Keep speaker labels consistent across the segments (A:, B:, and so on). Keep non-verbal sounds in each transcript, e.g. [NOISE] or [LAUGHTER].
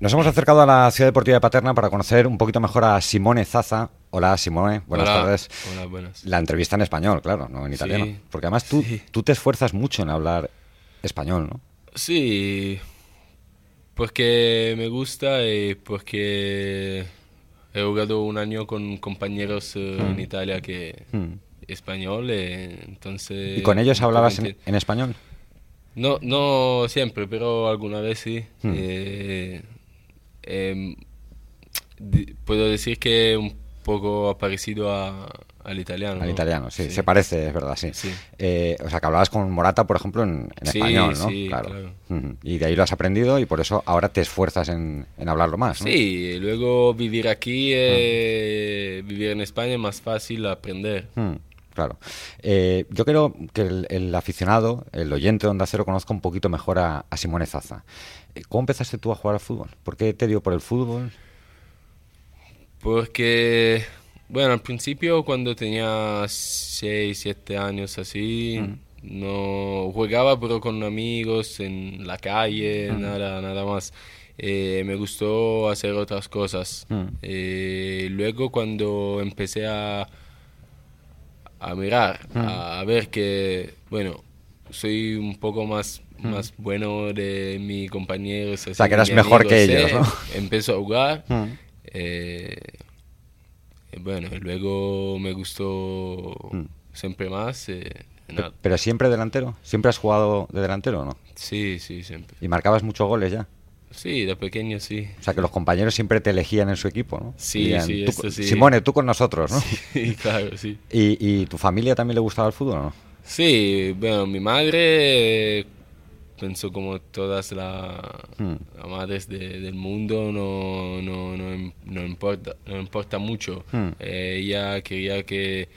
A: Nos hemos acercado a la ciudad deportiva de Paterna para conocer un poquito mejor a Simone Zaza. Hola Simone, buenas
B: Hola.
A: tardes.
B: Hola, buenas.
A: La entrevista en español, claro, no en italiano.
B: Sí.
A: Porque además tú,
B: Sí.
A: tú te esfuerzas mucho en hablar español, ¿no?
B: Sí, porque me gusta y porque he jugado un año con compañeros eh, en Italia que
A: Mm.
B: español, eh, entonces...
A: ¿Y con ellos hablabas en,
B: obviamente-
A: en español?
B: No, no siempre, pero alguna vez sí.
A: Hmm.
B: Eh, em, di- puedo decir que un poco parecido a- al italiano.
A: Al
B: ¿no?
A: italiano, sí, se parece, es verdad, sí.
B: Sí.
A: Eh, o sea, que hablabas con Morata, por ejemplo, en, en
B: Sí,
A: español, ¿no?
B: sí, claro.
A: Ujú. Y de ahí lo has aprendido y por eso ahora te esfuerzas en, en hablarlo más, ¿no?
B: Sí, y luego vivir aquí, eh, vivir en España es más fácil aprender.
A: Mm, Claro. Eh, yo creo que el, el aficionado, el oyente de Onda Cero, conozca un poquito mejor a, a Simone Zaza. Eh, ¿Cómo empezaste tú a jugar al fútbol? ¿Por qué te dio por el fútbol?
B: Porque, bueno, al principio cuando tenía 6, 7 años así,
A: Mm.
B: no jugaba pero con amigos en la calle,
A: Mm.
B: nada, nada más. Eh, me gustó hacer otras cosas.
A: Mm.
B: Eh, luego cuando empecé a, a mirar,
A: Mm.
B: a, ver que, bueno, soy un poco más, más bueno de mis compañeros.
A: Mm. sea, que eras
B: mis
A: mejor que
B: eh,
A: ellos, ¿no?
B: Empezó a jugar.
A: Mm.
B: eh, y bueno, y luego me gustó siempre más. eh, nada.
A: ¿Pero siempre delantero? ¿Siempre has jugado de delantero o no?
B: Sí, sí, siempre.
A: Y marcabas muchos goles ya.
B: Sí, de pequeño sí.
A: O sea, que los compañeros siempre te elegían en su equipo, ¿no?
B: Sí,
A: Dirían,
B: sí,
A: "Tú
B: eso
A: con-
B: sí.
A: Simone, tú con nosotros, ¿no?
B: [LAUGHS] Sí, claro, sí.
A: ¿Y, y tu familia también le gustaba el fútbol o no?
B: Sí, bueno, mi madre eh, pensó como todas las
A: Hmm.
B: las madres de- del mundo, no, no, no, im- no importa, no importa mucho.
A: Hmm.
B: Eh, ella quería que,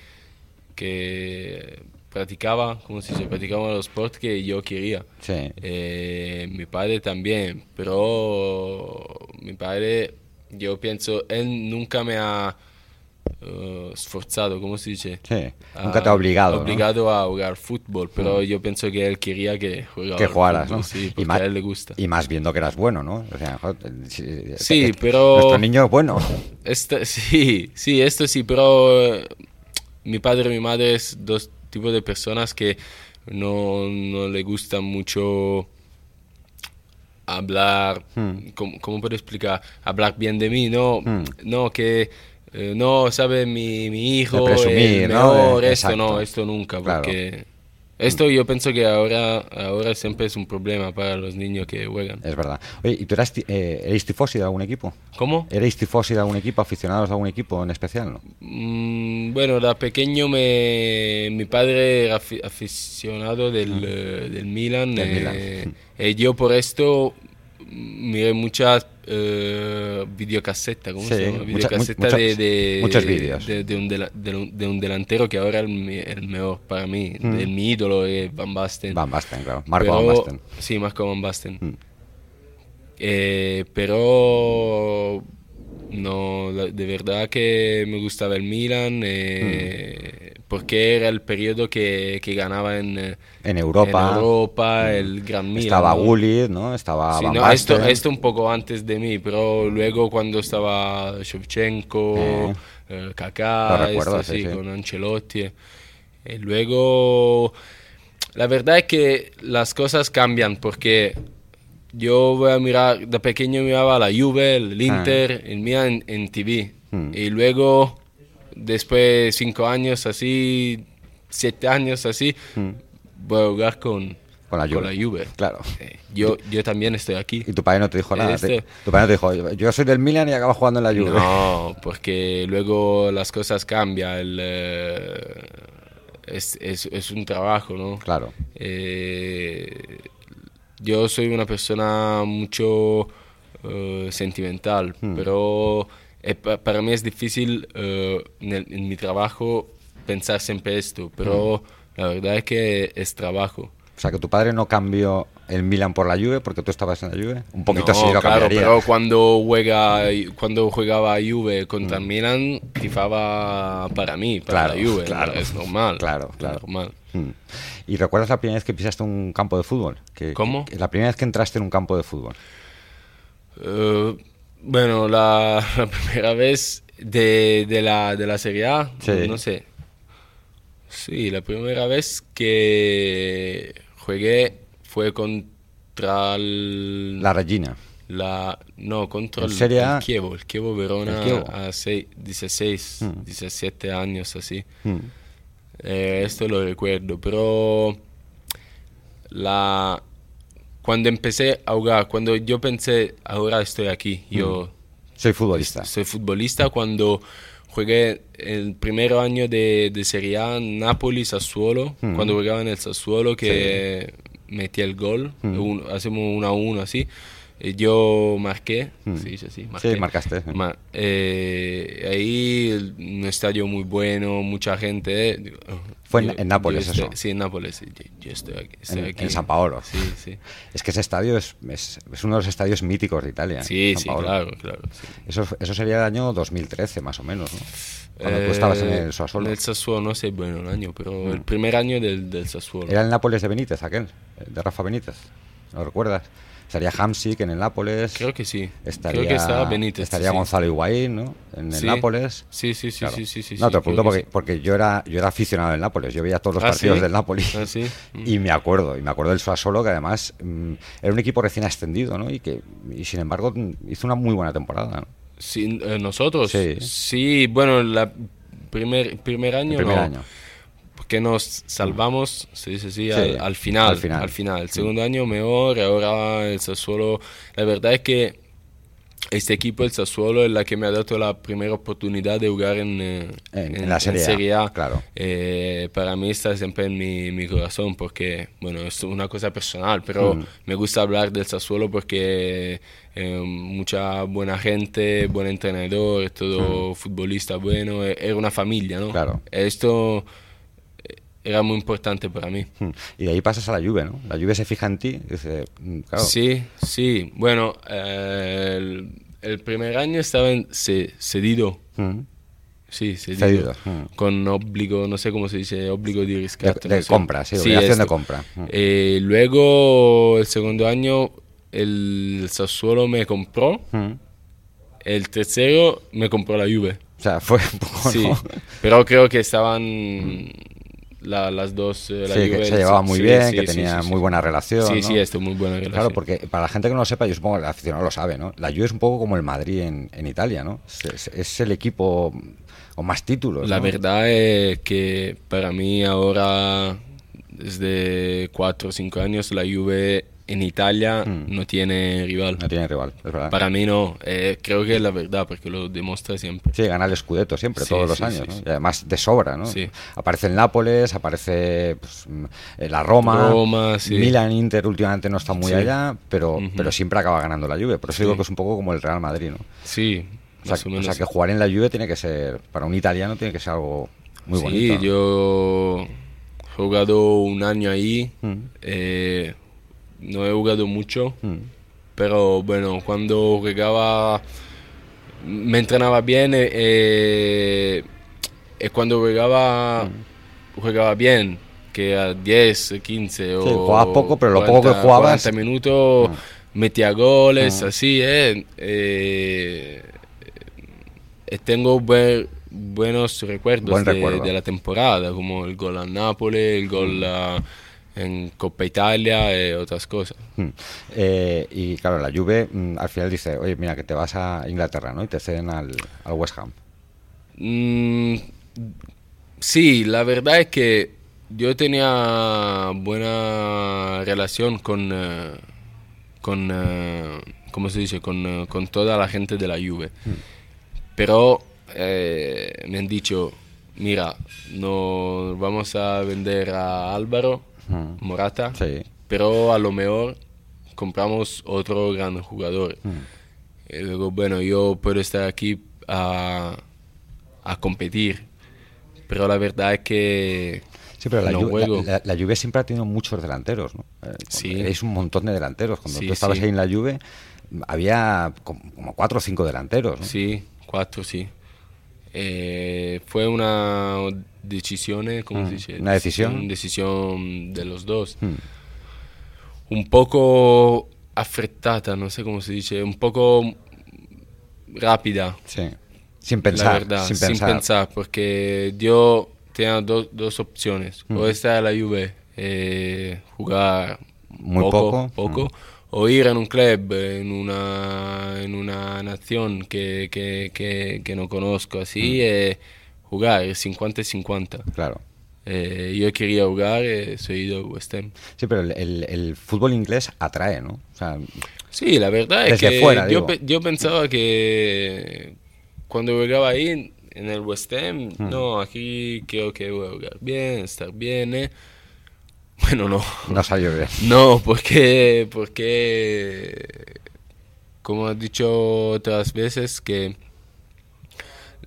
B: que practicaba, como si se practicaba los sports que yo quería.
A: Sí.
B: Eh, mi padre también, pero mi padre, yo pienso, él nunca me ha eh, esforzado, ¿cómo se dice?
A: Sí.
B: a-
A: Nunca te ha obligado. ¿no?
B: Ah,
A: Mm.
B: obligado a jugar fútbol, pero yo pienso que él quería que jugara.
A: que
B: al
A: jugaras,
B: fútbol,
A: ¿no?
B: Sí, porque
A: más-
B: a él le gusta.
A: Y más viendo que eras bueno, ¿no? O sea, joder, si-
B: Sí,
A: eh,
B: pero-
A: Nuestro niño es bueno.
B: Esta- [LAUGHS] sí, sí, esto sí, pero eh, mi padre y mi madre es dos tipos de personas que no, no le gusta mucho hablar,
A: Hmm.
B: ¿cómo, cómo puedo explicar? Hablar bien de mí, no, no que eh, no sabe mi, mi hijo,
A: De presumir,
B: el
A: ¿no?
B: mejor,
A: Eh,
B: esto
A: exacto.
B: no, esto nunca,
A: Claro.
B: porque esto yo pienso que ahora, ahora siempre es un problema para los niños que juegan.
A: Es verdad. Oye, ¿y tú eras ti- eh, erais tifosi de algún equipo?
B: ¿Cómo?
A: ¿Erais tifosi de algún equipo, aficionados de algún equipo en especial? ¿no?
B: Mm, Bueno, de pequeño me, mi padre era afi- aficionado del, eh, del Milan,
A: Ah. Del
B: eh, y yo por esto miré muchas eh, videocasetas, ¿cómo
A: Sí,
B: se llama?
A: mucha- mu-
B: Videocasetas
A: muchos-
B: de, de-
A: muchos vídeos.
B: De, de un dela- de un- de un delantero que ahora es el, mi- el mejor para mí, de mi ídolo es Van Basten.
A: Mm. Van Basten, claro. Marco
B: Pero-
A: Van Basten.
B: Sí, Marco Van Basten.
A: Mm.
B: Eh, pero no, la- de verdad que me gustaba el Milan eh,
A: Mm.
B: porque era el periodo que, que ganaba en, eh,
A: En Europa. Mm.
B: en Europa, el Gran Milan.
A: estaba
B: ¿no?
A: Gullit, ¿no? Estaba
B: Sí,
A: Van
B: no,
A: Basten.
B: esto, esto un poco antes de mí, pero luego cuando estaba Shevchenko, eh,
A: Lo
B: Kaká,
A: recuerdo,
B: esto
A: sí,
B: sí,
A: sí.
B: con Ancelotti. Y luego, la verdad es que las cosas cambian porque yo voy a mirar, de pequeño miraba la Juve,
A: Ah.
B: el Inter, el Milan en, en TV.
A: Mm.
B: Y luego, después de cinco años así, siete años así, voy a jugar con,
A: Mm. Con la Juve. Claro.
B: Eh, Yo, yo también estoy aquí.
A: Y tu padre no te dijo nada. te-
B: Este-
A: Tu padre no te dijo, yo soy del Milan y acabo jugando en la Juve.
B: No,
A: ¿eh?
B: porque luego las cosas cambian. el, eh, es, es- es un trabajo, ¿no?
A: [LAUGHS] Claro.
B: Eh, yo soy una persona mucho eh, sentimental,
A: Hmm.
B: pero eh, pa- para mí es difícil eh, en, el- en mi trabajo pensar siempre esto, pero
A: Hmm.
B: la verdad es que es trabajo.
A: O sea, que tu padre no cambió el Milan por la Juve porque tú estabas en la Juve. Un poquito sí lo
B: claro,
A: cambiaría.
B: pero cuando juega cuando jugaba Juve contra Milan tifaba para mí, para
A: Mm. Claro,
B: la Juve,
A: claro.
B: es normal.
A: Claro, claro.
B: Normal.
A: Mm. ¿Y recuerdas la primera vez que pisaste un campo de fútbol? Que,
B: ¿Cómo?
A: que- la primera vez que entraste en un campo de fútbol.
B: Eh, bueno, la, [LAUGHS] la primera vez de, de la, de la Serie A,
A: Sí.
B: no sé. Sí, la primera vez que jugué fue contra el-
A: La Regina.
B: la- no, contra
A: El
B: el,
A: Serie A.
B: el Chievo, el Chievo Verona
A: El Chievo.
B: a sei- 16,
A: Mm.
B: 17 años así.
A: Mm.
B: Eh, esto lo recuerdo, pero la, cuando empecé a jugar, cuando yo pensé, "Ah, ahora estoy aquí, yo
A: Mm. Soy futbolista.
B: soy futbolista, cuando jugué el primer año de, de Serie A, Napoli, Sassuolo,
A: Mm.
B: cuando jugaba en el Sassuolo, que metí el gol,
A: Hmm.
B: un- hacemos uno a uno así, y yo marqué,
A: Mm.
B: sí, sí, sí,
A: Sí, marcaste.
B: Ma- eh, ahí el- un estadio muy bueno, mucha gente. eh, digo, oh,
A: Fue en- en Nápoles,
B: yo estoy-
A: eso.
B: Sí, en Nápoles. Yo, yo estoy aquí. estoy
A: En,
B: aquí.
A: en San Paolo.
B: Sí, sí.
A: Es que ese estadio es, es- es uno de los estadios míticos de Italia.
B: Sí,
A: San
B: sí,
A: Paolo.
B: claro, claro. sí.
A: Eso, eso sería el año 2013, más o menos, ¿no? Cuando tú estabas en
B: Eh,
A: el Sassuolo. Mm.
B: En el Sassuolo, no sé, bueno, el año, pero el primer año del, del Sassuolo.
A: Era el Nápoles de Benítez, aquel, eh, de Rafa Benítez. ¿Lo recuerdas? Estaría Hamsik en el Nápoles.
B: Creo que sí.
A: Estaría,
B: Creo que estaba Benítez.
A: Estaría
B: sí.
A: Gonzalo Higuaín, ¿no? En el
B: Sí.
A: Nápoles.
B: Sí, sí, sí,
A: Claro.
B: sí, sí, sí.
A: no,
B: sí,
A: te lo
B: creo
A: pregunto
B: que
A: porque,
B: sí.
A: porque yo era yo era aficionado del Nápoles, yo veía todos los
B: Ah,
A: partidos
B: ¿sí?
A: del Nápoles
B: Ah, ¿sí? Mm.
A: y me acuerdo, y me acuerdo del Sassuolo que además mm, era un equipo recién ascendido, ¿no? Y que y sin embargo mm, hizo una muy buena temporada, ¿no?
B: Sí, eh, nosotros.
A: Sí.
B: Sí. bueno, la primer, primer
A: El
B: año.
A: primer
B: no.
A: año.
B: porque nos salvamos, se dice así,
A: Sí,
B: al, al final,
A: al
B: al
A: final.
B: final. El segundo año mejor, ahora el Sassuolo. La verdad es que este equipo, el Sassuolo, es la que me ha dado la primera oportunidad de jugar en, eh,
A: En- en la Serie A, claro.
B: Eh, para mí está siempre en mi, mi corazón porque, bueno, es una cosa personal, pero
A: Mm.
B: me gusta hablar del Sassuolo porque eh, mucha buena gente, buen entrenador,
A: Mm.
B: todo futbolista bueno, eh, era una familia, ¿no?
A: Claro.
B: Esto eh, era muy importante para mí.
A: Mm. Y de ahí pasas a la Juve, ¿no? La Juve se fija en ti y dice, mm, claro,
B: Sí, sí. Bueno, eh, el, el primer año estaba en ce- cedido.
A: mm,
B: Sí, cedido.
A: Cedido, mm.
B: Con obligo, no sé cómo se dice, obligo de rescate.
A: De- de
B: no sé.
A: compra, sí, obligación
B: esto.
A: de compra. Mm.
B: Eh, luego, el segundo año, el Sassuolo me compró.
A: mm".
B: El tercero me compró la Juve.
A: O sea, fue un poco,
B: Sí,
A: ¿no?
B: pero creo que estaban la- las dos. eh, La
A: Sí, que
B: Juve,
A: se
B: el-
A: llevaba muy
B: sí,
A: bien,
B: sí,
A: que
B: sí,
A: tenía
B: sí, sí.
A: muy buena relación.
B: Sí,
A: ¿no?
B: sí, esto, muy buena relación.
A: Claro, porque para la gente que no lo sepa, yo supongo que el aficionado lo sabe, ¿no? La Juve es un poco como el Madrid en, en Italia, ¿no? Es, es- es el equipo con más títulos.
B: La
A: pues, ¿no?
B: verdad es que para mí ahora, desde 4 o 5 años, la Juve en Italia no tiene rival.
A: Mm. No tiene rival, es verdad.
B: Para mí no, Eh, creo que es la verdad porque lo demuestra siempre.
A: Sí, gana el Scudetto siempre,
B: Sí,
A: todos los
B: sí,
A: años,
B: sí,
A: ¿no?
B: sí.
A: Y además de sobra, ¿no?
B: Sí.
A: Aparece el Nápoles, aparece pues, mm, eh, la Roma,
B: Roma, sí.
A: Milan, Inter últimamente no está muy
B: Sí.
A: allá, pero,
B: Ujú.
A: pero siempre acaba ganando la Juve. Por eso
B: Sí.
A: digo que es un poco como el Real Madrid, ¿no?
B: Sí,
A: O sea,
B: más o menos.
A: o sea, que jugar en la Juve tiene que ser, para un italiano tiene que ser algo muy
B: sí,
A: bonito. ¿no?
B: yo he jugado un año ahí,
A: Mm.
B: eh, no he jugado mucho,
A: Mm.
B: Pero bueno, cuando jugaba me entrenaba bien eh, eh, y cuando jugaba
A: Mm.
B: jugaba bien, que a 10, 15 o
A: jugabas poco, pero lo poco que jugabas- mm. Ah.
B: 40 minutos metía goles, así, eh, eh, eh, tengo buen- buenos recuerdos
A: Buen
B: de,
A: recuerdo. Mm.
B: de la temporada, como el gol a Nápoles, el gol a- en Coppa Italia y otras cosas.
A: Mm. Eh, y claro, la Juve mm, al final dice, oye, mira, que te vas a Inglaterra, ¿no? Y te ceden al, al West Ham.
B: Mm, sí, la verdad es que yo tenía buena relación con, eh, con eh, ¿cómo se dice? Con, eh, con toda la gente de la Juve. Pero eh, me han dicho, mira, no vamos a vender a Álvaro
A: Mm.
B: Morata,
A: Sí.
B: pero a lo mejor compramos otro gran jugador.
A: Mm.
B: Y Eh, luego, bueno, yo puedo estar aquí a, a competir, pero la verdad es que
A: Sí, pero la,
B: no
A: Juve,
B: juego.
A: la- la- la Juve siempre ha tenido muchos delanteros, ¿no? Eh,
B: Sí.
A: Erais un montón de delanteros. Cuando
B: Sí,
A: tú estabas
B: sí.
A: ahí en la Juve, mm, había com- como cuatro o cinco delanteros, ¿no?
B: Sí, cuatro, sí. Eh, fue una decisión, eh, ¿cómo
A: Mm,
B: se dice?
A: una decisión. Hmm,
B: Decisión decisión de los dos.
A: Mm.
B: Un poco afrettada, no sé cómo se dice, un poco rápida.
A: Sí. Sin pensar,
B: la verdad,
A: sin pensar.
B: porque yo tenía do- dos opciones.
A: Mm.
B: O estar en la Juve, eh, jugar
A: Muy poco. Mm.
B: o ir en un club, eh, en una, en una nación que, que- que- que no conozco, así,
A: Mm.
B: eh, jugar eh, 50-50.
A: Claro.
B: Eh, yo quería jugar, eh, soy de West Ham.
A: Sí, pero el, el- el fútbol inglés atrae, ¿no? O sea,
B: Sí, la verdad es
A: Desde
B: que
A: fuera,
B: yo,
A: digo.
B: pe- yo pensaba que cuando jugaba ahí en- en el West Ham, no, aquí creo que voy a jugar bien, estar bien, ¿eh? Bueno, no. [LAUGHS]
A: no salió bien.
B: No, porque, porque, como he dicho otras veces, que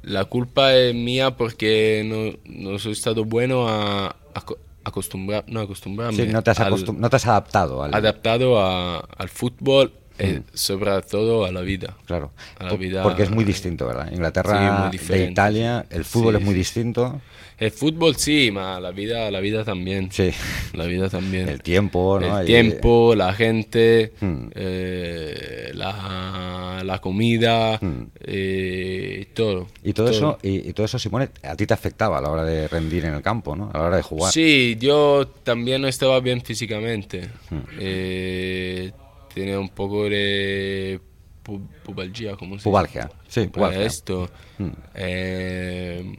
B: la culpa es mía porque no, no soy estado bueno a, aco- acostumbrar, no acostumbrarme.
A: Sí, no te has,
B: al-
A: acostum- no te has adaptado al.
B: adaptado a- al fútbol,
A: Mm.
B: eh, sobre todo a la vida.
A: Claro,
B: a la
A: Por-
B: vida-
A: porque es muy distinto, ¿verdad?
B: Sí,
A: Inglaterra
B: muy
A: de
B: diferente.
A: Italia, el fútbol
B: Sí,
A: es muy
B: sí.
A: distinto.
B: El fútbol sí, ma la vida, la vida también.
A: Sí.
B: La vida también.
A: El tiempo, ¿no?
B: El
A: Y-
B: tiempo, la gente,
A: Hmm.
B: eh, la, la comida,
A: Hmm.
B: eh, todo.
A: Y todo, eso, y, y todo eso, Simone, a ti te afectaba a la hora de rendir en el campo, ¿no? A la hora de jugar.
B: Sí, yo también no estaba bien físicamente.
A: Mm.
B: Eh, tenía un poco de pu- pubalgia, ¿cómo se
A: Pubalgia, sí,
B: Para
A: pubalgia.
B: esto.
A: Mm.
B: Eh,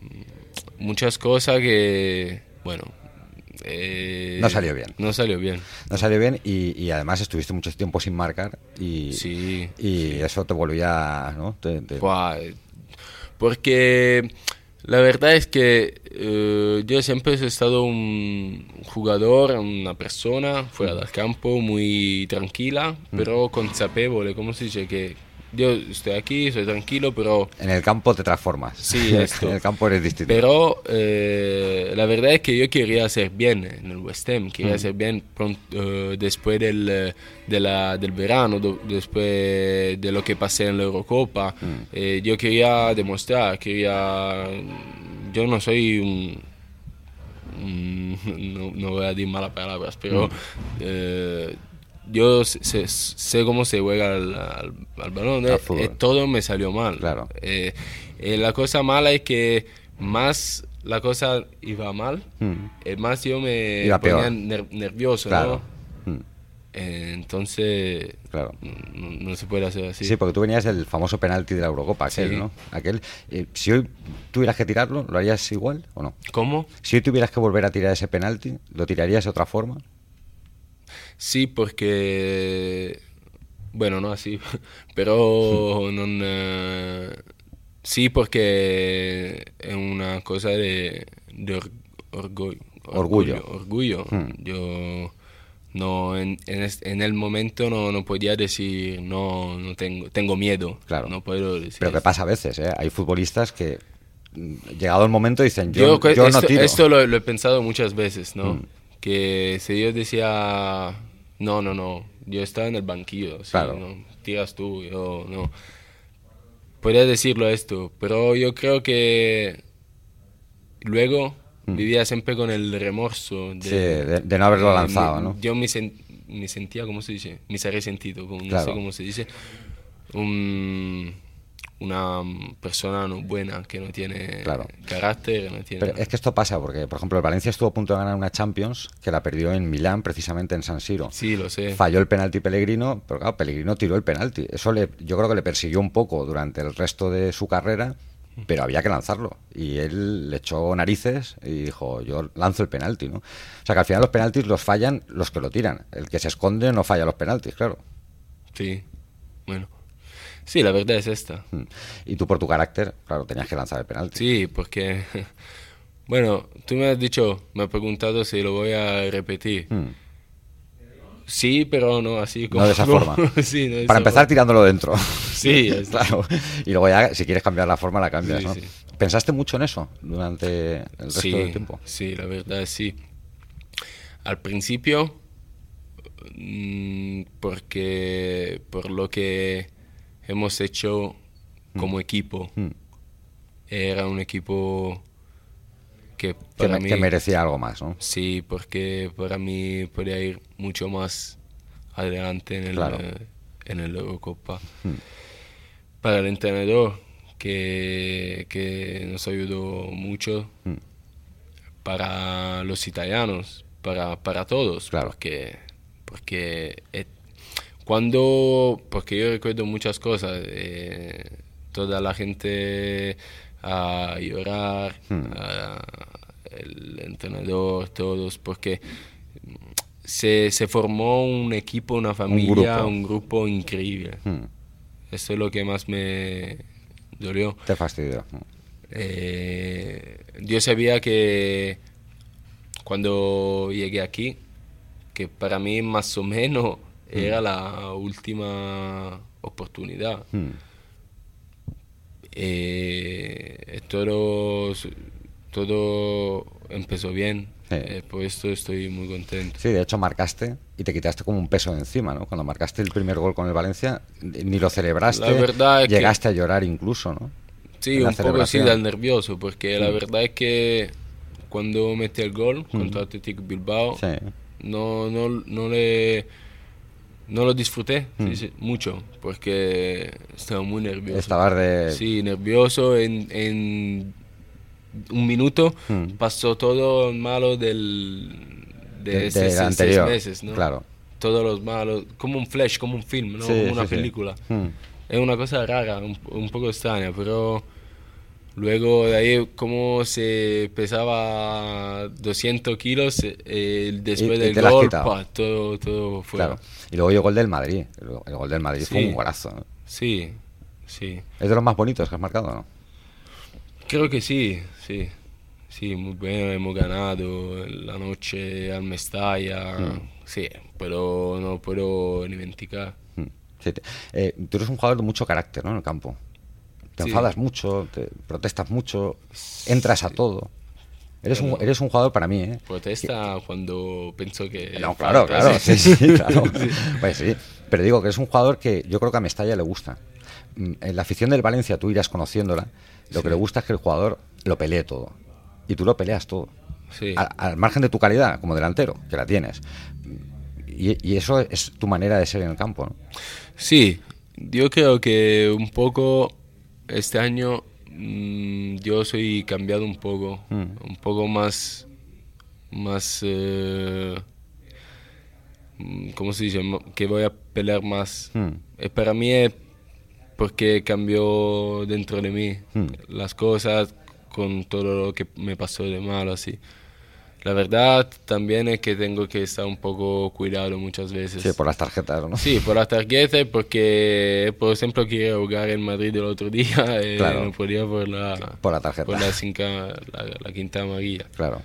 B: muchas cosas que, bueno... eh,
A: No salió bien.
B: No salió bien.
A: No salió bien y, y además estuviste mucho tiempo sin marcar y,
B: Sí.
A: y eso te volvía, ¿no? Te- te-
B: Buah, eh, Porque la verdad es que eh, yo siempre he estado un jugador, una persona
A: Mm.
B: fuera del campo, muy tranquila, pero consapevole, ¿cómo se dice? Que yo estoy aquí, soy tranquilo, pero...
A: En el campo te transformas.
B: Sí,
A: [LAUGHS]
B: esto.
A: en el campo eres distinto.
B: Pero eh, la verdad es que yo quería hacer bien en el West Ham,
A: Mm.
B: quería hacer bien pron- eh, después del, eh, de la- del verano, do- después de lo que pasé en la Eurocopa.
A: Mm.
B: Eh, yo quería demostrar, quería... Yo no soy un... un- [LAUGHS] no, no voy a decir malas palabras, pero
A: Mm.
B: eh, yo sé, sé- sé cómo se juega al, al- al balón.
A: Al
B: eh,
A: fútbol.
B: eh, todo me salió mal.
A: Claro.
B: Eh, eh, la cosa mala es que más la cosa iba mal,
A: Mm.
B: eh, más yo me
A: Iba
B: ponía
A: peor.
B: ner- nervioso,
A: Claro.
B: ¿no?
A: Mm.
B: Eh, entonces,
A: Claro.
B: no, no se puede hacer así.
A: Sí. porque tú venías del famoso penalti de la Eurocopa, aquel,
B: Sí.
A: ¿no? Aquel. eh, si hoy tuvieras que tirarlo, ¿lo harías igual o no?
B: ¿Cómo?
A: Si hoy tuvieras que volver a tirar ese penalti, ¿lo tirarías de otra forma?
B: Sí, porque... Bueno, no así, [LAUGHS] pero no... eh, sí, porque es una cosa de, de or- orgullo.
A: Orgullo.
B: Orgullo.
A: Mm.
B: Yo no, en, en, es- en el momento no, no podía decir, no, no tengo, tengo miedo.
A: Claro.
B: No puedo decir.
A: Pero que
B: eso.
A: pasa a veces, ¿eh? Hay futbolistas que, mm, llegado el momento, dicen, yo,
B: Yo, que-
A: yo
B: esto,
A: no tiro. Mm.
B: esto lo, lo he pensado muchas veces, ¿no? Que si yo decía, no, no, no, yo estaba en el banquillo, sí,
A: Claro.
B: no, tiras tú, yo no. Podría decirlo esto, pero yo creo que luego vivía siempre con el remorso de,
A: Mm. Sí, de- de no haberlo lanzado,
B: me-
A: ¿no?
B: Yo me, sen- me sentía, ¿cómo se dice? Me seré sentido, como- no
A: Claro.
B: sé cómo se dice. Un- una persona no buena que no tiene
A: Claro.
B: carácter, no tiene.
A: Pero es que esto pasa porque, por ejemplo, el Valencia estuvo a punto de ganar una Champions que la perdió en Milán, precisamente en San Siro.
B: Sí, lo sé.
A: Falló el penalti Pellegrino, pero claro, Pellegrino tiró el penalti. Eso le, yo creo que le persiguió un poco durante el resto de su carrera, pero había que lanzarlo. Y él le echó narices y dijo, yo lanzo el penalti, ¿no? O sea que al final los penaltis los fallan los que lo tiran. El que se esconde no falla los penaltis, claro.
B: Sí. Bueno. Sí, la verdad es esta.
A: Mm. Y tú por tu carácter, claro, tenías que lanzar el penalti.
B: Sí, porque. [LAUGHS] Bueno, tú me has dicho, me has preguntado si lo voy a repetir.
A: Mm.
B: Sí, pero no así [LAUGHS] como.
A: de esa forma.
B: sí, no de
A: Para
B: esa
A: empezar tirándolo dentro.
B: forma. [LAUGHS]
A: [LAUGHS]
B: Sí, es-
A: claro. Y luego ya, si quieres cambiar la forma, la cambias,
B: Sí,
A: ¿no?
B: sí.
A: ¿Pensaste mucho en eso durante el resto
B: sí,
A: del tiempo?
B: sí, la verdad sí. Al principio, mm, porque por lo que hemos hecho como equipo,
A: Mm.
B: era un equipo que
A: Que,
B: para
A: me-
B: mí
A: que merecía algo más, ¿no?
B: Sí, porque para mí podría ir mucho más adelante en el,
A: Claro.
B: eh, en el Eurocopa.
A: Mm.
B: Para el entrenador, que, que nos ayudó mucho,
A: Mm.
B: para los italianos, para, para todos,
A: Claro.
B: porque, porque eh, cuando, porque yo recuerdo muchas cosas, eh, toda la gente a llorar,
A: Hmm.
B: a- el entrenador, todos, porque mm, se, se formó un equipo, una familia,
A: grupo.
B: un grupo, increíble.
A: Hmm.
B: Eso es lo que más me dolió.
A: Te Mm. fastidio.
B: Eh, yo sabía que cuando llegué aquí, que para mí más o menos
A: Mm.
B: era la última oportunidad.
A: Hmm.
B: Eh, eh, todo, su- todo empezó bien,
A: Sí.
B: Eh, por esto estoy muy contento.
A: Sí, de hecho marcaste y te quitaste como un peso de encima, ¿no? Cuando marcaste el primer gol con el Valencia, ni lo celebraste,
B: La verdad es que-
A: llegaste a llorar incluso, ¿no?
B: Sí,
A: en la
B: un poco sí,
A: celebración.
B: del nervioso, porque la verdad es que cuando metí el gol contra Athletic Bilbao,
A: Mm. Sí.
B: no, no, no le no lo disfruté
A: Hmm.
B: sí, sí, mucho porque estaba muy nervioso.
A: Estabas de...
B: Sí, nervioso en, en un minuto
A: Mm.
B: pasó todo malo del de,
A: De-
B: ese-
A: del
B: seis- seis
A: anterior,
B: meses, ¿no?
A: claro.
B: Todos los malos, como un flash, como un film, ¿no?
A: Sí,
B: como una
A: sí, sí.
B: película.
A: Hmm.
B: Es una cosa rara, un, un poco extraña, pero luego de ahí como se pesaba 200 kilos, eh, después
A: Y- y
B: del
A: te la has
B: gol,
A: quitado.
B: pa, todo, todo fuera.
A: Claro. Y luego llegó el del Madrid. El, el gol del Madrid fue
B: Sí.
A: un golazo. ¿no?
B: Sí, sí.
A: Es de los más bonitos que has marcado, ¿no?
B: Creo que sí, sí. Sí, muy bien, hemos ganado la noche al Mestalla, sí, pero no puedo ni mentir.
A: Mm. Sí, te- eh, tú eres un jugador de mucho carácter, ¿no? En el campo. Te
B: Sí.
A: enfadas mucho, te protestas mucho, entras a todo. Eres, un,
B: Claro.
A: eres un jugador para mí, ¿eh?
B: Protesta cuando pensó que...
A: No, claro,
B: falta,
A: claro,
B: Eh, sí.
A: sí,
B: [LAUGHS]
A: sí, claro. Pues sí, pero digo que es un jugador que yo creo que a Mestalla le gusta. Mm, En la afición del Valencia, tú irás conociéndola, lo que le gusta es que el jugador lo pelee todo. Y tú lo peleas todo.
B: Sí.
A: Al, al margen de tu calidad como delantero, que la tienes. Y, y eso es tu manera de ser en el campo, ¿no?
B: Sí, yo creo que un poco este año mm, yo soy cambiado un poco,
A: Mm.
B: un poco más, más, eh, mm, ¿cómo se dice? Mo- Que voy a pelear más.
A: Mm.
B: Eh, para mí es porque cambió dentro de mí
A: Mm.
B: las cosas con todo lo que me pasó de malo, así. La verdad también es que tengo que estar un poco cuidado muchas veces.
A: Sí, por las tarjetas, ¿no?
B: Sì, per la targhetta perché per esempio che ero giocare in Madrid l'altro [LAUGHS] giorno e
A: Claro.
B: non potevo per la,
A: Por la tarjeta.
B: per la, cinca- la- la quinta María.
A: Claro.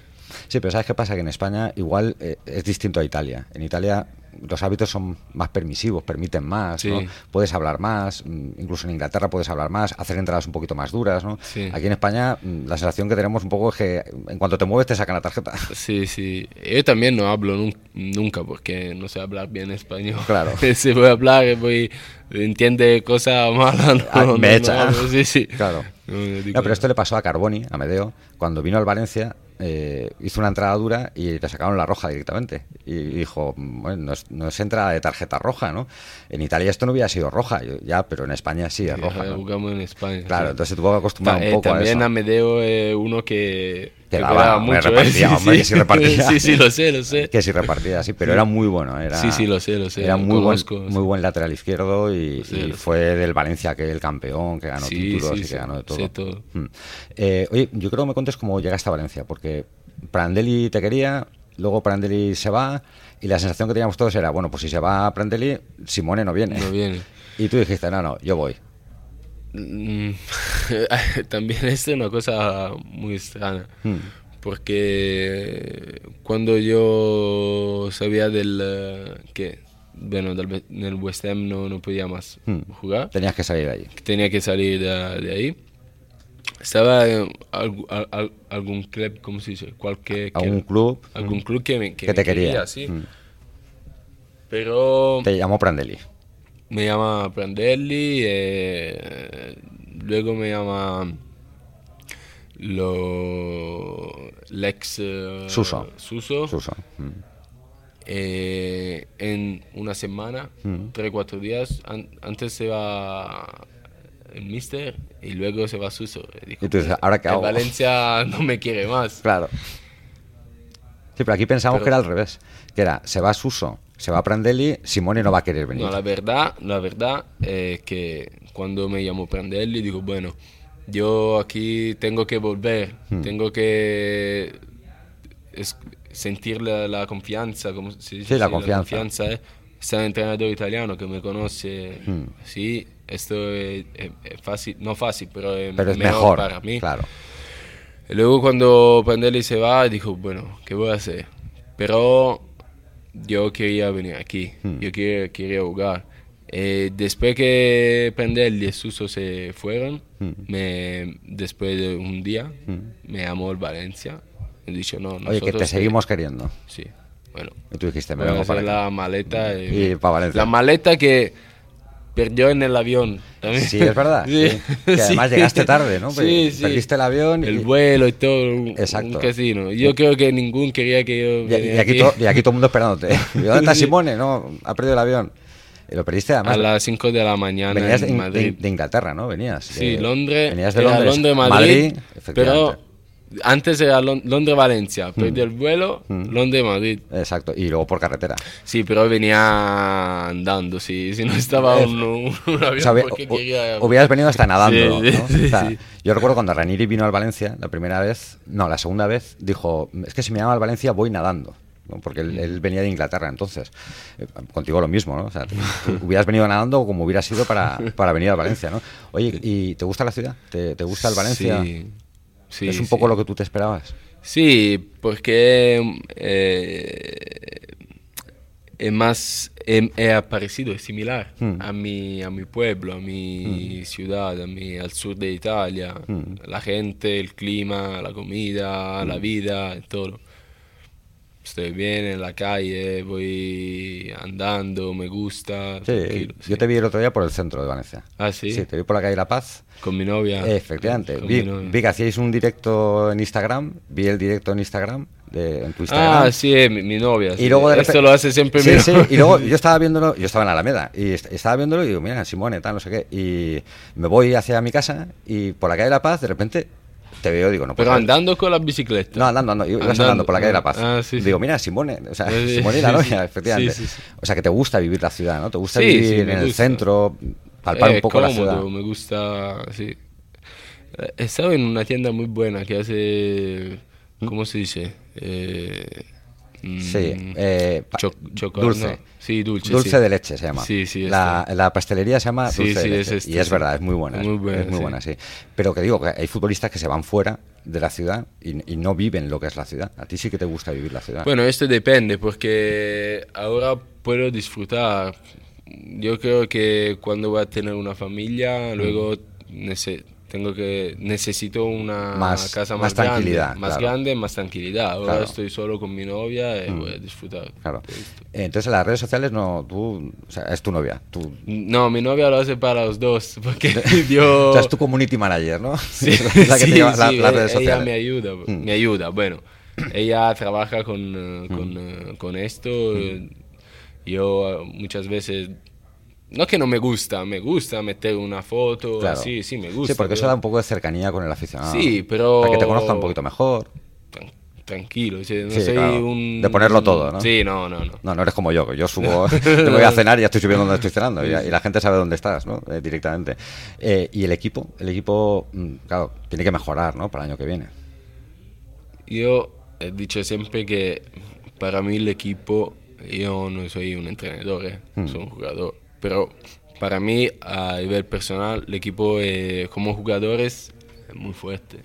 A: Sí, pero ¿sabes qué pasa? Que en España igual eh, es distinto a Italia. En Italia los hábitos son más permisivos, permiten más,
B: Sí.
A: ¿no? Puedes hablar más, mm, incluso en Inglaterra puedes hablar más, hacer entradas un poquito más duras, ¿no?
B: Sí.
A: Aquí en España mm, la sensación que tenemos un poco es que en cuanto te mueves te sacan la tarjeta.
B: Sí, sí. Yo también no hablo nun- nunca porque no sé hablar bien español.
A: Claro.
B: [LAUGHS] si voy a hablar, voy, entiende cosas malas. No,
A: Ah,
B: [LAUGHS] no,
A: me
B: no
A: echa.
B: hablo. sí, sí.
A: Claro.
B: No, no digo
A: No, pero esto le pasó a Carboni, a Medeo, cuando vino al Valencia, eh, hizo una entrada dura y le sacaron la roja directamente. Y dijo, bueno, no es, no es entrada de tarjeta roja, ¿no? En Italia esto no hubiera sido roja, Yo, ya, pero en España sí es
B: nada.
A: roja.
B: Eh,
A: ¿no?
B: Jugamos en España.
A: Claro,
B: sí.
A: entonces tuvo que acostumbrar
B: Ta-
A: un
B: eh,
A: poco a
B: también
A: eso.
B: Amedeo es uno que,
A: Que
B: que
A: daba,
B: cuidaba
A: hombre,
B: mucho. ¿eh? [LAUGHS]
A: repartía, hombre, que sí repartía.
B: sí, sí, lo sé, lo sé.
A: [LAUGHS] Que si repartía así, pero era muy bueno. Era,
B: Sí, sí, lo sé, lo sé,
A: Era
B: lo
A: muy,
B: conozco,
A: buen,
B: sí.
A: muy buen lateral izquierdo y,
B: sé,
A: y
B: lo sé.
A: fue del Valencia que el campeón, que ganó
B: Sí,
A: títulos
B: sí,
A: y que
B: sí,
A: ganó de todo.
B: sé todo.
A: Mm. Eh, oye, yo creo que me contes cómo llegaste a Valencia, porque Prandelli te quería, luego Prandelli se va y la sensación que teníamos todos era, bueno, pues si se va Prandelli, Simone no viene.
B: No viene.
A: Y tú dijiste, no, no, yo voy.
B: Mm, [LAUGHS] También es una cosa muy extraña,
A: Hmm.
B: porque cuando yo sabía del eh, que, bueno, del, Be- del West Ham no, no podía más
A: Hmm.
B: jugar,
A: Tenías que salir de allí.
B: que tenía que salir eh, de, de ahí. Estaba en algu- al- al- algún club, ¿cómo se dice? Cualquier,
A: Algún club
B: algún club que me,
A: Hmm. que
B: que me
A: te quería. Hmm.
B: sí. Pero
A: te llamó Prandelli.
B: me llama Prandelli, eh, luego me llama lo, el ex eh,
A: Suso.
B: Suso,
A: Suso. Mm.
B: eh, en una semana,
A: Mm.
B: tres, cuatro días. an- antes se va el mister y luego se va Suso. Eh, Dijo,
A: Y tú dices, "¿Ahora qué
B: el
A: hago?".
B: Valencia no me quiere más.
A: Claro. Sí, pero aquí pensamos
B: Pero-
A: que era al revés. Que era, se va Suso, se va Prandelli, Simone no va a querer venir.
B: No, la verdad, la verdad es que cuando me llamó Prandelli digo, bueno, yo aquí tengo que volver,
A: Mm.
B: tengo que es- sentir la, la confianza, como se dice,
A: Sí, la confianza.
B: eh. Ser entrenador italiano que me conoce,
A: Mm.
B: sí, esto es, es- es fácil, no fácil, pero es,
A: pero es
B: mejor,
A: mejor.
B: para mí.
A: Claro.
B: Y luego cuando Prandelli se va, dijo, bueno, ¿qué voy a hacer? Pero yo quería venir aquí,
A: Hmm.
B: yo quería, quería jugar. Eh, después que Prandelli y Suso se fueron,
A: Hmm.
B: me, después de un día, me llamó el Valencia. Me dijo, no,
A: Oye,
B: nosotros... eh,
A: que te seguimos queriendo.
B: Sí, bueno.
A: Y tú dijiste, me
B: voy a
A: vengo
B: hacer
A: para acá.
B: la maleta.
A: Y pa' Valencia.
B: La maleta que perdió en el avión. [LAUGHS] también.
A: Sí, es verdad.
B: Sí,
A: sí. Que además
B: [LAUGHS] sí.
A: llegaste tarde,
B: [LAUGHS]
A: ¿no? Porque
B: Sí, sí.
A: Perdiste el avión y,
B: El vuelo y todo, un,
A: Exacto.
B: un casino. Yo creo que ningún quería que yo
A: y- y
B: viniera
A: aquí,
B: aquí
A: to- y aquí todo el mundo esperándote.
B: [LAUGHS]
A: ¿Y ¿Dónde está
B: Sí.
A: Simone? No, ha perdido el avión. Y lo perdiste
B: a
A: además.
B: las 5 de la mañana
A: Venías de,
B: en
A: In-
B: Madrid.
A: de- de Inglaterra, ¿no? Venías.
B: sí,
A: de-
B: Londres,
A: Venías de
B: era
A: Londres.
B: Londres, Madrid, pero
A: efectivamente. Mm.
B: antes era Lon- Londres-Valencia, perdí el vuelo, Londres-Madrid.
A: Exacto. Y luego por carretera.
B: Sí, pero venía andando, sí, [LAUGHS] si no estaba un, un- un
A: Eh,
B: avión
A: O sea, hubi-
B: porque
A: hu-
B: quería...
A: hubieras venido hasta nadando.
B: Sí, sí,
A: ¿no? O sea,
B: sí.
A: Yo recuerdo cuando Ranieri vino al Valencia, la primera vez, no, la segunda vez, dijo: Es que si me llama al Valencia voy nadando. ¿no? Porque él, él venía de Inglaterra entonces. Eh, Contigo lo mismo, ¿no? O
B: [LAUGHS]
A: sea, tú- tú hubieras venido nadando como hubiera sido para, para venir al Valencia, ¿no? Oye, ¿y te gusta la ciudad? ¿Te, te gusta el Valencia?
B: Sí, sí,
A: ¿Es un
B: sí.
A: poco lo que tú te esperabas?
B: Sí, porque eh, es más, es, es parecido, es similar
A: Hmm.
B: a, mi, a mi pueblo, a mi ciudad, a mi, al sur de Italia.
A: Hmm.
B: La gente, el clima, la comida, la vida, todo. Estoy bien en la calle, voy andando, me gusta.
A: Sí,
B: tranquilo,
A: yo
B: sí.
A: te vi el otro día por el centro de Valencia.
B: Ah, sí,
A: Sí, te vi por la calle La Paz.
B: con mi novia.
A: Efectivamente.
B: Con
A: Vi,
B: mi novia.
A: vi que hacíais un directo en Instagram. Vi el directo en Instagram, de- en tu Instagram.
B: Ah, sí, es mi, mi novia.
A: Y
B: sí.
A: luego de
B: Esto
A: repente-
B: lo hace siempre
A: Sí,
B: mi
A: sí,
B: novia.
A: Y
B: [LAUGHS]
A: luego yo estaba viéndolo, yo estaba en Alameda, y est- estaba viéndolo y digo, mira, Simone, tal, no sé qué. Y me voy hacia mi casa y por la calle La Paz, de repente te veo, digo, no puedo
B: Ah, Pero
A: ser.
B: andando con la bicicleta.
A: No, andando, andando, ibas andando,
B: Andando,
A: por la calle de La Paz.
B: ah, sí, sí.
A: Digo, mira, Simone, o sea,
B: Sí, sí,
A: Simone y la
B: sí,
A: novia,
B: sí.
A: efectivamente.
B: Sí, sí, sí.
A: O sea, que te gusta vivir la ciudad, ¿no? Te gusta
B: Sí, sí,
A: vivir en
B: me
A: el
B: gusta.
A: centro, palpar
B: Eh,
A: un poco la
B: cómodo,
A: ciudad.
B: Me gusta, sí. Eh, Estaba en una tienda muy buena que hace, ¿cómo se dice? Eh, mm,
A: ¿Mm? Sí, eh, pa-
B: cho- chocolate,
A: dulce.
B: no. Sí, dulce.
A: Dulce
B: sí.
A: de leche se llama.
B: Sí, sí,
A: la, la pastelería se llama
B: Sí,
A: dulce
B: sí,
A: de
B: es
A: leche.
B: este,
A: y es
B: sí.
A: verdad, es muy buena.
B: Muy buena,
A: es muy
B: sí.
A: buena, sí. Pero que digo, que hay futbolistas que se van fuera de la ciudad y, y no viven lo que es la ciudad. A ti sí que te gusta vivir la ciudad.
B: Bueno, esto depende porque ahora puedo disfrutar. Yo creo que cuando voy a tener una familia,
A: ¿Mm?
B: luego nece- tengo que necesito una
A: Más-
B: casa
A: más
B: más, grande,
A: tranquilidad,
B: más
A: claro.
B: grande, más tranquilidad. Ahora
A: Claro. ¿Mm?
B: estoy solo con mi novia y voy a disfrutar.
A: Claro. Entonces, en las redes sociales no, tú, o sea, es tu novia. Tú,
B: No, mi novia lo hace para los dos [LAUGHS] porque yo
A: o sea, es tu community manager, ¿no?
B: [LAUGHS]
A: [LAUGHS]
B: Sí,
A: la que
B: [LAUGHS] sí,
A: te lleva la-
B: sí,
A: las
B: e-
A: redes
B: ella me
A: sociales. Mm.
B: ayuda, pues, me
A: [COUGHS]
B: ayuda. Bueno, ella trabaja con, eh, con, eh, con esto.
A: Mm.
B: eh, Yo eh, muchas veces, no que no me gusta, me gusta meter una foto,
A: Claro.
B: así, sí, me gusta.
A: Sí, porque eso
B: pero
A: da un poco de cercanía con el aficionado.
B: Sí, pero-
A: Para que te conozca un poquito mejor.
B: tran- tranquilo, o sea, no
A: Sí,
B: soy
A: claro.
B: un...
A: De ponerlo todo, ¿no?
B: Sí, no, no, no.
A: No, no eres como yo, que yo
B: [LAUGHS]
A: subo, yo voy a cenar y ya estoy subiendo donde estoy cenando y, y la gente sabe dónde estás, ¿no? Eh, directamente. Eh, y el equipo, el equipo, mm, claro, tiene que mejorar, ¿no? Para el año que viene.
B: Yo he dicho siempre que para mí el equipo, yo no soy un entrenador, eh,
A: Hmm.
B: soy un jugador. Pero para mí, a nivel personal, el equipo eh, como jugadores es muy fuerte.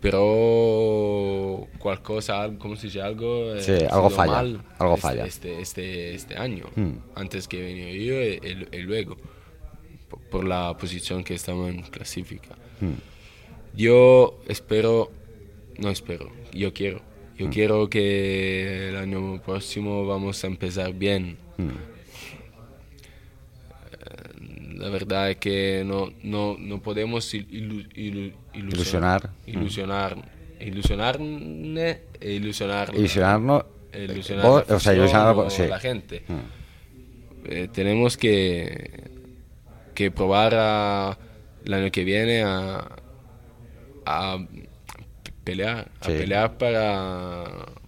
B: Pero cosa, ¿cómo se dice? Algo, eh,
A: Sí,
B: ha sido
A: algo falla, algo
B: este-
A: falla. Hmm.
B: Este, este, este año, antes que venía yo y, y- y luego, por- por la posición que estamos en clasifica.
A: Mm,
B: Yo espero, no espero, yo quiero. Yo
A: Mm.
B: quiero que el año próximo vamos a empezar bien.
A: mm.
B: Eh, La verdad es que no, no, no podemos il- ilu- ilu-
A: Ilusionar.
B: ilusionar, ilusionar, ilusionarne e ilusionar.
A: Y si no,
B: ilusionar,
A: eh, Vos-
B: la
A: o sea, ilusionar-
B: afición o
A: sí.
B: la gente.
A: Mm.
B: Eh, tenemos que, que probar a- el año que viene a, a pelear, a
A: Sí.
B: pelear para,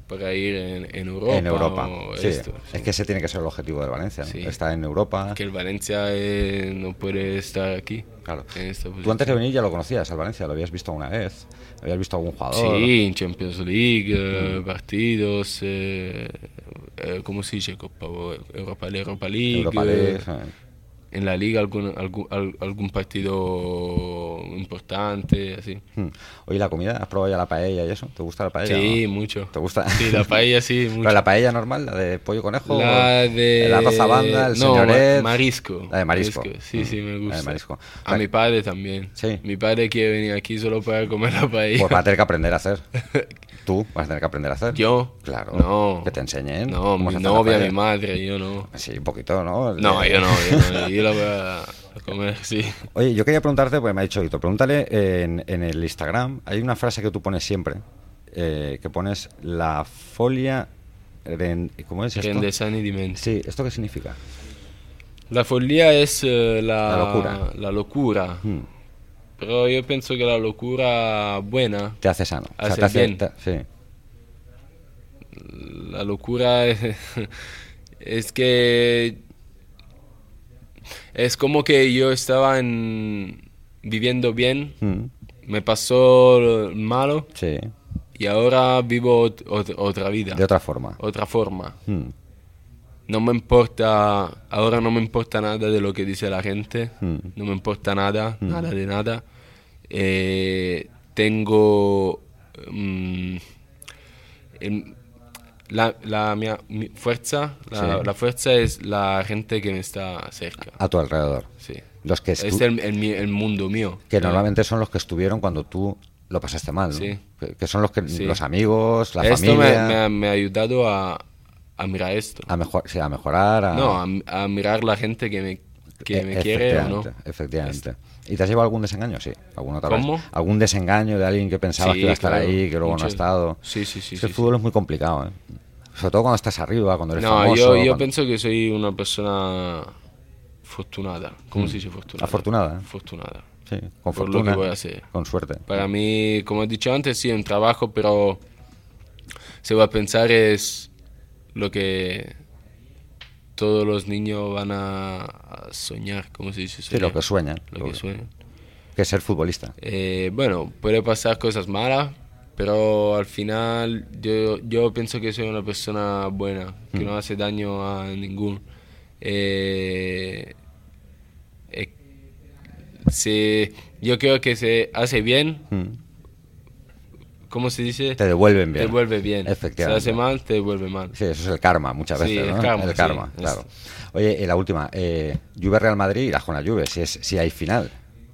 B: para ir en, en Europa.
A: en Europa.
B: o
A: sí.
B: esto, sí.
A: Es que ese tiene que ser el objetivo del Valencia. ¿no?
B: Sí.
A: Está en Europa.
B: Que el Valencia eh, no puede estar aquí.
A: Claro.
B: en esta
A: Tú
B: posición.
A: antes de venir ya lo conocías al Valencia, lo habías visto alguna vez, habías visto algún jugador.
B: Sí, en Champions League, eh,
A: Mm.
B: partidos, eh, eh, ¿cómo se dice? Copa Europa, Europa League,
A: Europa
B: eh,
A: League, eh.
B: en la liga algún, algún, al- algún partido importante, así.
A: Hmm. Oye, la comida, ¿has probado ya la paella y eso? ¿Te gusta la paella?
B: Sí,
A: o no?
B: mucho.
A: ¿Te gusta?
B: Sí, la
A: [LAUGHS]
B: paella sí,
A: ¿Pero
B: mucho.
A: la paella normal, la de pollo conejo?
B: La de...
A: La rozabanda, el
B: no, ma-
A: señoret.
B: marisco.
A: La de marisco.
B: Sí, sí,
A: Mm,
B: me
A: La
B: gusta.
A: de marisco. pues
B: A mi padre también.
A: Sí.
B: Mi padre quiere venir aquí solo para comer la paella.
A: Pues vas a tener que aprender a hacer. Tú vas a tener que aprender a hacer.
B: [LAUGHS] Yo.
A: Claro.
B: No.
A: Que te enseñen.
B: No,
A: cómo
B: mi
A: se hace la
B: novia,
A: paella.
B: mi madre, yo no.
A: Sí, un poquito, ¿no?
B: No,
A: Eh,
B: yo no, yo no. Yo la voy a a comer, sí.
A: [LAUGHS] Oye, yo quería preguntarte, porque me ha dicho Hito, pregúntale en, en el Instagram, hay una frase que tú pones siempre, eh, que pones la folia... ren- ¿Cómo es esto?
B: Grandezani di Menzi.
A: Sí, ¿esto qué significa?
B: La follia es eh,
A: La
B: la,
A: locura.
B: la locura.
A: Hmm,
B: Pero yo pienso que la locura buena,
A: Te hace sano.
B: Hace
A: te hace-
B: bien.
A: te- sí.
B: la locura [LAUGHS] es, es que es como que yo estaba en- viviendo bien,
A: Hmm,
B: me pasó lo malo
A: sí.
B: y ahora vivo ot- ot- otra vida,
A: De otra forma.
B: otra forma.
A: Hmm,
B: No me importa, ahora no me importa nada de lo que dice la gente,
A: Mm.
B: no me importa nada, nada de nada. Eh, tengo mm, em, la, la mia- mi fuerza, la,
A: Sí.
B: la fuerza es la gente que me está cerca.
A: A tu alrededor.
B: sí.
A: Los que,
B: Es
A: estu-
B: Este el, el mi- el mundo mío.
A: que
B: Eh,
A: normalmente son los que estuvieron cuando tú lo pasaste mal. ¿no?
B: Sí.
A: Que, que son los que
B: Sí.
A: los amigos, la
B: esto me,
A: familia,
B: me ha- me ha ayudado a, a mirar esto.
A: a, mejor, sí, a mejorar. a-
B: no, a, a mirar la gente que me, que
A: Ah. E-
B: me quiere o no. Este.
A: efectivamente, Efectivamente. ¿Y te has llevado algún desengaño? Sí. ¿Alguno tal
B: ¿Cómo?
A: vez. ¿Algún desengaño de alguien que pensabas
B: Sí,
A: que iba a estar
B: claro,
A: ahí, que luego no ha
B: muchos.
A: estado?
B: Sí, sí, sí,
A: Es que
B: sí,
A: el fútbol es muy complicado, ¿eh? Sobre todo cuando estás arriba, cuando eres
B: No,
A: famoso.
B: yo, yo
A: cuando-
B: penso che sei una persona fortunata. Come si dice fortunata?
A: Afortunada. ¿eh?
B: Fortunata.
A: Sí, con
B: por lo
A: fortuna.
B: que voy a hacer.
A: Con suerte.
B: Para mí, come ho dicho antes, sí, è un trabajo, pero se va a pensar es lo que todos los niños van a, a soñar, ¿cómo se dice?
A: Sí,
B: Soñar.
A: lo que sueñan.
B: Lo que sueñan.
A: que es ser futbolista.
B: Eh, bueno, puede pasar cosas malas, pero al final yo, yo pienso que soy una persona buena, que
A: Hmm.
B: no hace daño a ningún. Eh, eh, se- yo creo que se hace bien,
A: Mm.
B: ¿cómo se dice?
A: Te devuelven bien.
B: Te vuelve bien. Se
A: Efectivamente.
B: hace mal, te vuelve mal.
A: Sí, eso es el karma muchas
B: Sí,
A: veces,
B: el
A: ¿no?
B: karma, sí, es-
A: claro. Oye, y la última. Eh, Juve-Real Madrid y la Jona Juve, si, es, si hay final.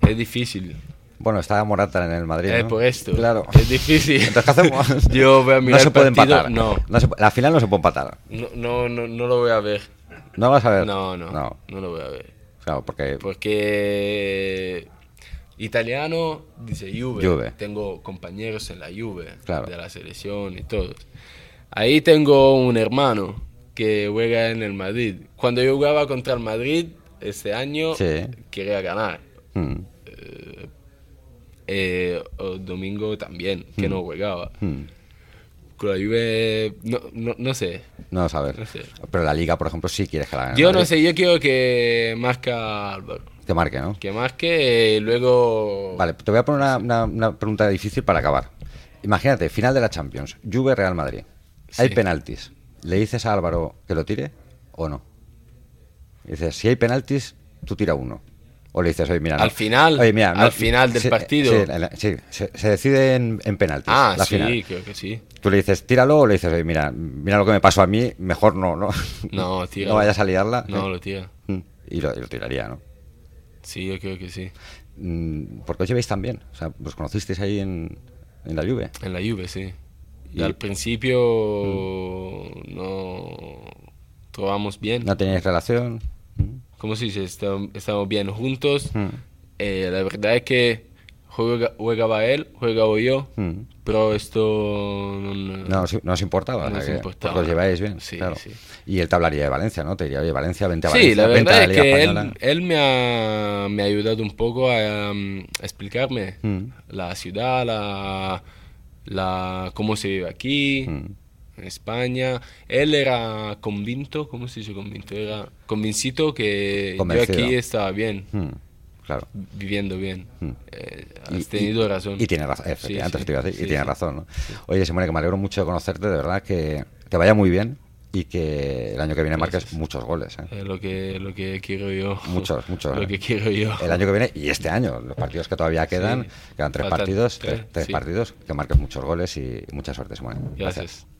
B: Es difícil.
A: Bueno, está Morata en el Madrid,
B: Es
A: ¿no?
B: por Eh, pues esto.
A: Claro.
B: Es difícil.
A: Entonces, ¿qué hacemos?
B: [LAUGHS] Yo voy a mirar
A: no se
B: el
A: puede
B: partido,
A: empatar.
B: No,
A: se pu- la final no se puede empatar.
B: no, no, no, no lo voy a ver.
A: No vas a ver.
B: No, no, Pues no, lo voy a ver.
A: Claro, porque.
B: Porque eh, italiano dice Juve.
A: Juve.
B: Tengo compañeros en la Juve,
A: Claro.
B: de la selección y todo. Ahí tengo un hermano que juega en el Madrid. Cuando yo jugaba contra el Madrid este año,
A: Sí.
B: quería ganar.
A: Mm,
B: Eh, o domingo también, que no jugaba.
A: mm,
B: Con la Juve, no, no, no sé.
A: no vas a ver.
B: No sé.
A: Pero la Liga, por ejemplo, sí quieres que la gane. el
B: Yo no
A: Madrid.
B: sé, yo quiero que marca Álvaro.
A: Que marque, ¿no?
B: Que marque y luego...
A: Vale, te voy a poner una, una- una pregunta difícil para acabar. Imagínate, final de la Champions. Juve-Real Madrid. Hay
B: Sí.
A: penaltis. ¿Le dices a Álvaro que lo tire o no? Y Dices, si hay penaltis, tú tira uno. O le dices, oye, mira. no.
B: Al final,
A: Oye, mira,
B: al final del
A: sí,
B: partido.
A: sí, la- sí, se, se decide en, en penaltis.
B: Ah,
A: pues, la
B: sí,
A: final.
B: creo que sí.
A: Tú le dices, tíralo o le dices, oye, mira, mira lo que me pasó a mí, mejor no, ¿no? [LAUGHS]
B: No, tira.
A: No vayas a liarla.
B: No, lo tira.
A: Mm, Y lo, y lo tiraría, ¿no?
B: Sí, yo creo que sí.
A: Mm, Porque os lleváis tan bien. O sea, los conocisteis ahí en, en la lluvia.
B: En la Juve, sí.
A: Y-
B: Y al principio
A: Mm.
B: no trovamos bien.
A: No teníais relación. Mm,
B: ¿Cómo se dice? Estam- Estamos bien juntos.
A: Mm.
B: Eh, la verdad es que Juega, jugaba él, jugaba yo,
A: Mm.
B: pero esto no,
A: No, os- no os importaba,
B: No
A: o sea
B: os
A: que
B: importaba.
A: os lleváis bien.
B: Sí,
A: claro.
B: sí.
A: Y él te hablaría de Valencia, ¿no? Te diría, oye, Valencia, vente a Valencia,
B: Sí, la
A: vente a la
B: verdad es
A: Liga
B: que
A: Española.
B: él, él me, ha, me ha ayudado un poco a, um, a explicarme
A: Mm.
B: la ciudad, la, la- cómo se vive
A: Mm.
B: aquí, en España. Él era convinto, ¿cómo se dice convinto? Era convincito que
A: Convencido.
B: yo aquí estaba bien,
A: Mm, Claro.
B: viviendo bien. Eh, has
A: Hmm. Y-
B: tenido razón.
A: Y tiene razón,
B: Sí,
A: efectivamente,
B: sí,
A: eso te iba a decir, y
B: sí,
A: tiene
B: sí.
A: razón. ¿no? Oye, Simone, que me alegro mucho de conocerte, de verdad, que te vaya muy bien y que el año que viene marques muchos goles. ¿eh?
B: Eh, lo, que, lo que quiero yo.
A: Muchos, muchos,
B: Lo
A: eh.
B: que quiero yo.
A: El año que viene y este año, los partidos que todavía quedan,
B: Sí.
A: quedan tres
B: Faltan
A: partidos,
B: tres,
A: tres, tres
B: sí.
A: partidos, que marques muchos goles y mucha suerte, Simone.
B: Gracias.